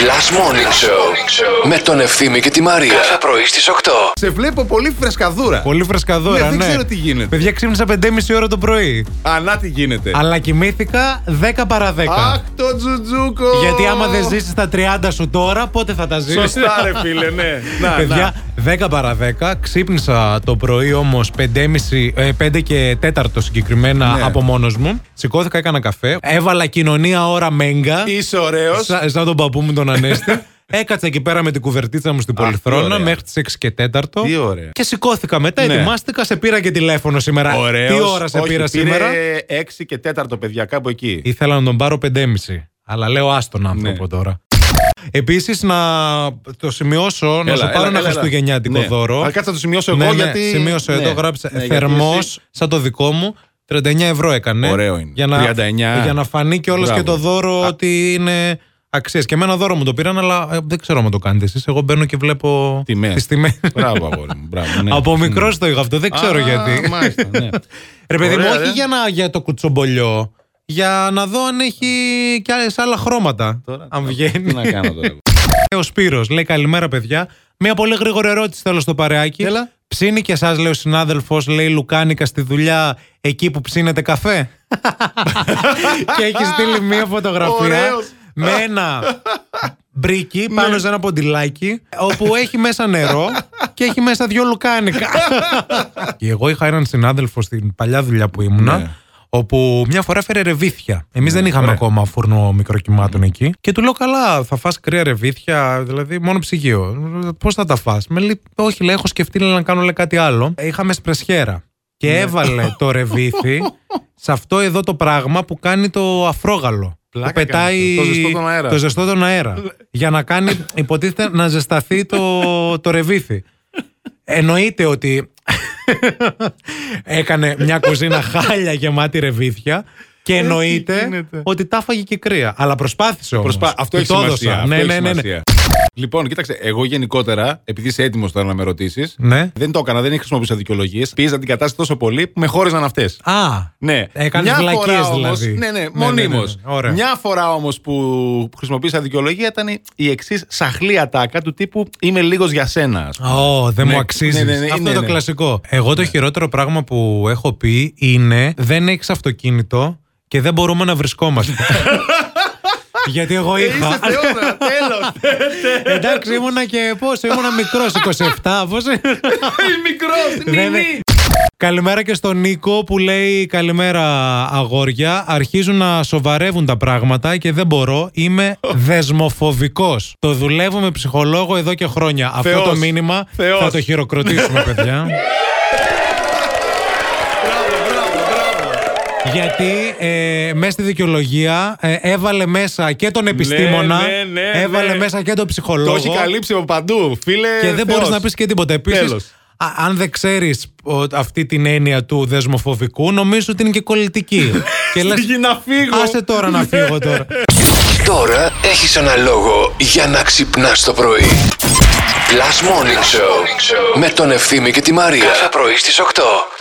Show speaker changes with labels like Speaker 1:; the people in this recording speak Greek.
Speaker 1: Last Morning Show με τον Ευθύμη και τη Μαρία. Κάθε πρωί στις 8.
Speaker 2: Σε βλέπω πολύ φρεσκαδούρα.
Speaker 3: Πολύ φρεσκαδόρα,
Speaker 2: Ναι,
Speaker 3: ναι.
Speaker 2: δεν ξέρω τι γίνεται.
Speaker 3: Παιδιά, ξύπνησα 5,5 ώρα το πρωί.
Speaker 2: Αλλά τι γίνεται.
Speaker 3: Αλλά κοιμήθηκα 10 παρα 10.
Speaker 2: Αχ, το τζουτζούκο.
Speaker 3: Γιατί άμα δεν ζήσεις τα 30 σου τώρα, πότε θα τα ζήσεις.
Speaker 2: Σωστά, ρε φίλε, ναι. Να,
Speaker 3: Παιδιά, 10 παρα 10. Ξύπνησα το πρωί όμως 5 ε, και 4 συγκεκριμένα
Speaker 2: Ναι.
Speaker 3: από μόνος μου. Σηκώθηκα, έκανα καφέ. Έβαλα κοινωνία ώρα μέγκα.
Speaker 2: να. Είσαι ωραίος.
Speaker 3: Σα- Σαν τον παππού μου τον Ανέστη. Έκατσα εκεί πέρα με την κουβερτίτσα μου στην
Speaker 2: Αχ, τι
Speaker 3: Πολυθρόνα
Speaker 2: ωραία.
Speaker 3: μέχρι τις 6 και 4.
Speaker 2: Τι ωραία.
Speaker 3: Και σηκώθηκα μετά,
Speaker 2: Ναι.
Speaker 3: ετοιμάστηκα, σε πήρα και τηλέφωνο σήμερα.
Speaker 2: Ωραίος.
Speaker 3: Τι ώρα σε
Speaker 2: Όχι,
Speaker 3: πήρα
Speaker 2: πήρε
Speaker 3: σήμερα.
Speaker 2: 6 και 4 παιδιά, κάπου εκεί.
Speaker 3: Ήθελα να τον πάρω 5,5. Αλλά λέω άστον άνθρωπο
Speaker 2: Ναι.
Speaker 3: τώρα. Επίσης, να το σημειώσω, να
Speaker 2: Έλα,
Speaker 3: σου πάρω
Speaker 2: έλα, έλα,
Speaker 3: ένα
Speaker 2: έλα.
Speaker 3: χριστουγεννιάτικο
Speaker 2: Ναι.
Speaker 3: δώρο.
Speaker 2: Αλλά κάτσε να το σημειώσω
Speaker 3: ναι,
Speaker 2: εγώ,
Speaker 3: ναι,
Speaker 2: γιατί-
Speaker 3: Σημείωσε
Speaker 2: ναι.
Speaker 3: εδώ, γράψε.
Speaker 2: Ναι, γιατί
Speaker 3: Θερμός,
Speaker 2: εσύ-
Speaker 3: σαν το δικό μου, 39 ευρώ έκανε.
Speaker 2: Ωραίο είναι.
Speaker 3: Για να,
Speaker 2: 39.
Speaker 3: για να φανεί κιόλας
Speaker 2: Μπράβο.
Speaker 3: και το δώρο
Speaker 2: Α.
Speaker 3: ότι είναι αξία. Και εμένα δώρο μου το πήραν, αλλά ε, δεν ξέρω αν το κάνετε εσείς. Εγώ μπαίνω και βλέπω
Speaker 2: Τιμές.
Speaker 3: τις τιμές.
Speaker 2: Μπράβο, αγόρι μου. Μπράβο, ναι.
Speaker 3: Από μικρός το είχα αυτό, δεν ξέρω
Speaker 2: Α,
Speaker 3: γιατί.
Speaker 2: μάλιστα, ναι.
Speaker 3: Ρε παιδί μου,
Speaker 2: Ωραία,
Speaker 3: όχι
Speaker 2: ε.
Speaker 3: για, να, για το κουτσομπολιό. Για να δω αν έχει και άλλες, άλλα χρώματα.
Speaker 2: Τώρα,
Speaker 3: αν
Speaker 2: τι να-
Speaker 3: βγαίνει.
Speaker 2: Τι να κάνω τώρα. εγώ.
Speaker 3: Ο Σπύρος λέει καλημέρα, παιδιά. Μία πολύ γρήγορη ερώτηση θέλω στο παρεάκι.
Speaker 2: Έλα.
Speaker 3: Ψήνει και εσάς, λέει ο συνάδελφος, λέει Λουκάνικα στη δουλειά, εκεί που ψήνεται καφέ. και έχει στείλει μία φωτογραφία
Speaker 2: Ωραίος. Ναι.
Speaker 3: με ένα μπρίκι πάνω σε ένα ποντιλάκι, όπου έχει μέσα νερό και έχει μέσα δυο λουκάνικα. και εγώ είχα έναν συνάδελφο στην παλιά δουλειά που ήμουνα.
Speaker 2: Ναι.
Speaker 3: Όπου μια φορά φέρε ρεβίθια. Εμείς δεν είχαμε
Speaker 2: ωραία.
Speaker 3: ακόμα φούρνο μικροκυμάτων εκεί. Και του λέω: Καλά, θα φας κρύα ρεβίθια, δηλαδή μόνο ψυγείο. Πώς θα τα φας Με λέει: Όχι, λέει, έχω σκεφτεί λέει, να κάνω λέει, κάτι άλλο. Ε, Είχαμε σπρεσιέρα. Και
Speaker 2: Ναι.
Speaker 3: έβαλε το ρεβίθι σε αυτό εδώ το πράγμα που κάνει το αφρόγαλο.
Speaker 2: Πλάκα
Speaker 3: που πετάει
Speaker 2: κάνεις, το ζεστό τον αέρα.
Speaker 3: το ζεστό τον αέρα. για να κάνει, υποτίθεται, να ζεσταθεί το, το ρεβίθι. Εννοείται ότι έκανε μια κουζίνα χάλια γεμάτη ρεβίθια και εννοείται
Speaker 2: γίνεται.
Speaker 3: ότι τα φάγε και κρύα. Αλλά προσπάθησε όμως.
Speaker 2: Προσπά... Αυτό
Speaker 3: Του
Speaker 2: έχει
Speaker 3: το
Speaker 2: σημασία.
Speaker 3: έδωσα.
Speaker 2: αυτό
Speaker 3: Ναι,
Speaker 2: έχει
Speaker 3: ναι, ναι, ναι.
Speaker 2: σημασία. Λοιπόν, κοίταξε, εγώ γενικότερα, επειδή είσαι έτοιμος τώρα να με ρωτήσεις,
Speaker 3: Ναι.
Speaker 2: δεν το έκανα, δεν χρησιμοποιούσα δικαιολογίε. Πίεζα την κατάσταση τόσο πολύ που με χώριζαν αυτές.
Speaker 3: Α,
Speaker 2: Ναι.
Speaker 3: Έκανες
Speaker 2: Μια φορά
Speaker 3: Ε, βλακίες,
Speaker 2: όμως-
Speaker 3: δηλαδή.
Speaker 2: Ναι, ναι,
Speaker 3: Ναι, ναι, ναι,
Speaker 2: μονίμως.
Speaker 3: ναι. Ωραία.
Speaker 2: Μια φορά όμως που χρησιμοποίησα δικαιολογία ήταν η εξής σαχλή ατάκα του τύπου Είμαι λίγος για σένα. ας πούμε.
Speaker 3: Ω, δεν
Speaker 2: Ναι,
Speaker 3: μου αξίζεις.
Speaker 2: ναι, ναι, ναι,
Speaker 3: Αυτό
Speaker 2: ναι,
Speaker 3: το
Speaker 2: ναι.
Speaker 3: κλασικό. Εγώ το χειρότερο πράγμα που έχω πει είναι δεν έχεις αυτοκίνητο και δεν μπορούμε να βρισκόμαστε. Γιατί εγώ
Speaker 2: Ε, Είσαι
Speaker 3: είχα.
Speaker 2: θεόρα, τέλος.
Speaker 3: Εντάξει, ήμουνα και πόσο, ήμουνα μικρός 27. Πόσο.
Speaker 2: Μικρός,
Speaker 3: Δεν- Καλημέρα και στον Νίκο που λέει Καλημέρα αγόρια Αρχίζουν να σοβαρεύουν τα πράγματα Και δεν μπορώ, είμαι δεσμοφοβικός Το δουλεύω με ψυχολόγο εδώ και χρόνια
Speaker 2: Θεός.
Speaker 3: Αυτό το μήνυμα
Speaker 2: Θεός.
Speaker 3: θα το χειροκροτήσουμε παιδιά Γιατί ε, μέσα στη δικαιολογία ε, έβαλε μέσα και τον επιστήμονα,
Speaker 2: ναι, ναι, ναι.
Speaker 3: έβαλε μέσα και τον ψυχολόγο.
Speaker 2: Το έχει καλύψει από παντού, φίλε.
Speaker 3: Και δεν
Speaker 2: Θεός.
Speaker 3: μπορεί να πεις και τίποτα. Επίσης,
Speaker 2: Τέλος.
Speaker 3: αν δεν ξέρεις αυτή την έννοια του δεσμοφοβικού, νομίζω ότι είναι και κολλητική. και λε.
Speaker 2: Πήγε να φύγω.
Speaker 3: Άσε τώρα να φύγω τώρα.
Speaker 1: Τώρα έχεις ένα λόγο για να ξυπνάς το πρωί. Last Morning Show με τον Ευθύμη και τη Μαρία. Κάθε πρωί στις 8.